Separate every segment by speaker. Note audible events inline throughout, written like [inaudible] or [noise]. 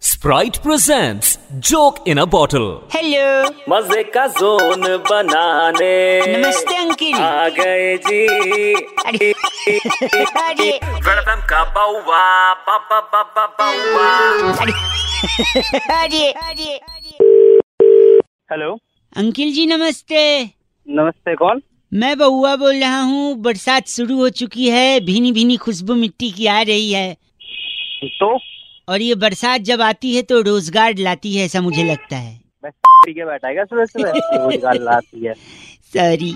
Speaker 1: Sprite presents Joke in a Bottle.
Speaker 2: Hello
Speaker 3: मजे का zone बनाने
Speaker 2: नमस्ते अंकिल
Speaker 3: आ गए जी
Speaker 2: अरे अरे
Speaker 3: गणतम का बउआ बाबा बाबा बउआ
Speaker 2: अरे अरे
Speaker 4: हेलो
Speaker 2: अंकिल जी नमस्ते
Speaker 4: नमस्ते कौन
Speaker 2: मैं बउआ बोल रहा हूँ बरसात शुरू हो चुकी है भीनी भीनी खुशबू मिट्टी की आ रही है
Speaker 4: तो
Speaker 2: और ये बरसात जब आती है तो रोजगार लाती है ऐसा मुझे लगता है
Speaker 4: मैं पी के बैठा है क्या सुबह [laughs] सुबह वो निकाल लाती है
Speaker 2: सॉरी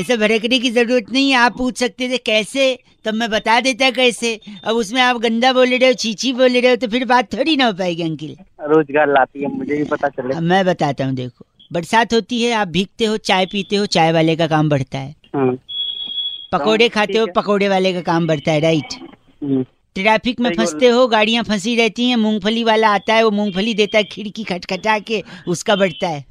Speaker 2: ऐसा भड़कने की जरूरत नहीं है आप पूछ सकते थे कैसे तब मैं बता देता कैसे अब उसमें आप गंदा बोल रहे हो चीची बोल रहे हो तो फिर बात थोड़ी ना हो पाएगी अंकिल
Speaker 4: रोजगार लाती है मुझे भी पता चले
Speaker 2: अब मैं बताता हूँ देखो बरसात होती है आप भीगते हो चाय पीते हो चाय वाले का काम बढ़ता है
Speaker 4: हम्म,
Speaker 2: पकोड़े
Speaker 4: हाँ, ठीक
Speaker 2: खाते हो
Speaker 4: है।
Speaker 2: पकोड़े वाले का काम बढ़ता है राइट
Speaker 4: हम्म,
Speaker 2: ट्रैफिक में
Speaker 4: सही बोल
Speaker 2: फंसते हो गाड़ियां फंसी रहती हैं मूंगफली वाला आता है वो मूंगफली देता है खिड़की खटखटा के उसका बढ़ता है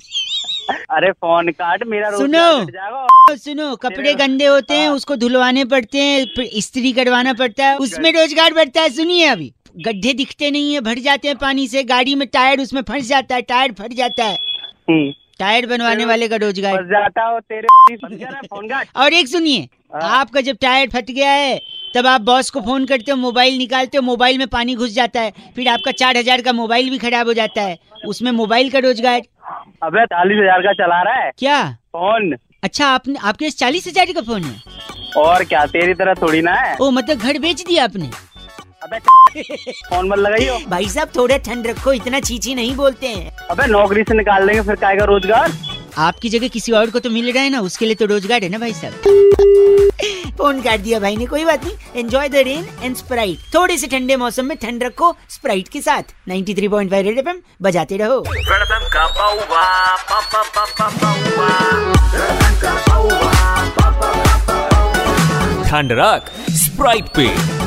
Speaker 4: अरे फोन काट मेरा रोजगार
Speaker 2: सुनो।
Speaker 4: कट जाएगा।
Speaker 2: और सुनो कपड़े गंदे होते
Speaker 4: हाँ।
Speaker 2: हैं उसको धुलवाने पड़ते हैं फिर इस्त्री करवाना पड़ता है उसमें रोजगार बढ़ता है सुनिए अभी गड्ढे दिखते नहीं है भर जाते हैं पानी से गाड़ी में टायर उसमें फंस जाता है टायर फट जाता है
Speaker 4: हम्म,
Speaker 2: टायर बनवाने वाले का रोजगार
Speaker 4: फंस जाता हो तेरे फंस गया ना, फोन काट
Speaker 2: और एक सुनिए आपका जब टायर फट गया है तब आप बॉस को फोन करते हो मोबाइल निकालते हो मोबाइल में पानी घुस जाता है फिर आपका चार हजार का मोबाइल भी खराब हो जाता है उसमें मोबाइल का रोजगार
Speaker 4: अबे चालीस हजार का चला रहा है
Speaker 2: क्या
Speaker 4: फोन
Speaker 2: अच्छा आपने आपके चालीस हजार का फोन है
Speaker 4: और क्या तेरी तरह थोड़ी ना है
Speaker 2: ओ मतलब घर बेच दिया आपने
Speaker 4: अबे फोन मत लगाइयो
Speaker 2: भाई साहब थोड़ा ठंड रखो इतना चीची नहीं बोलते हैं
Speaker 4: अबे नौकरी से निकाल देंगे फिर काएगा रोजगार
Speaker 2: आपकी जगह किसी और को तो मिल रहा है ना उसके लिए तो रोजगार है ना भाई साहब [laughs] फोन काट दिया भाई ने कोई बात नहीं enjoy the rain and Sprite थोड़े से ठंडे मौसम में ठंड रखो स्प्राइट के साथ 93.5 three point five red FM बजाते रहो
Speaker 3: गणतम का बउआ बाबा बाबा बउआ
Speaker 1: ठंड रख स्प्राइट पे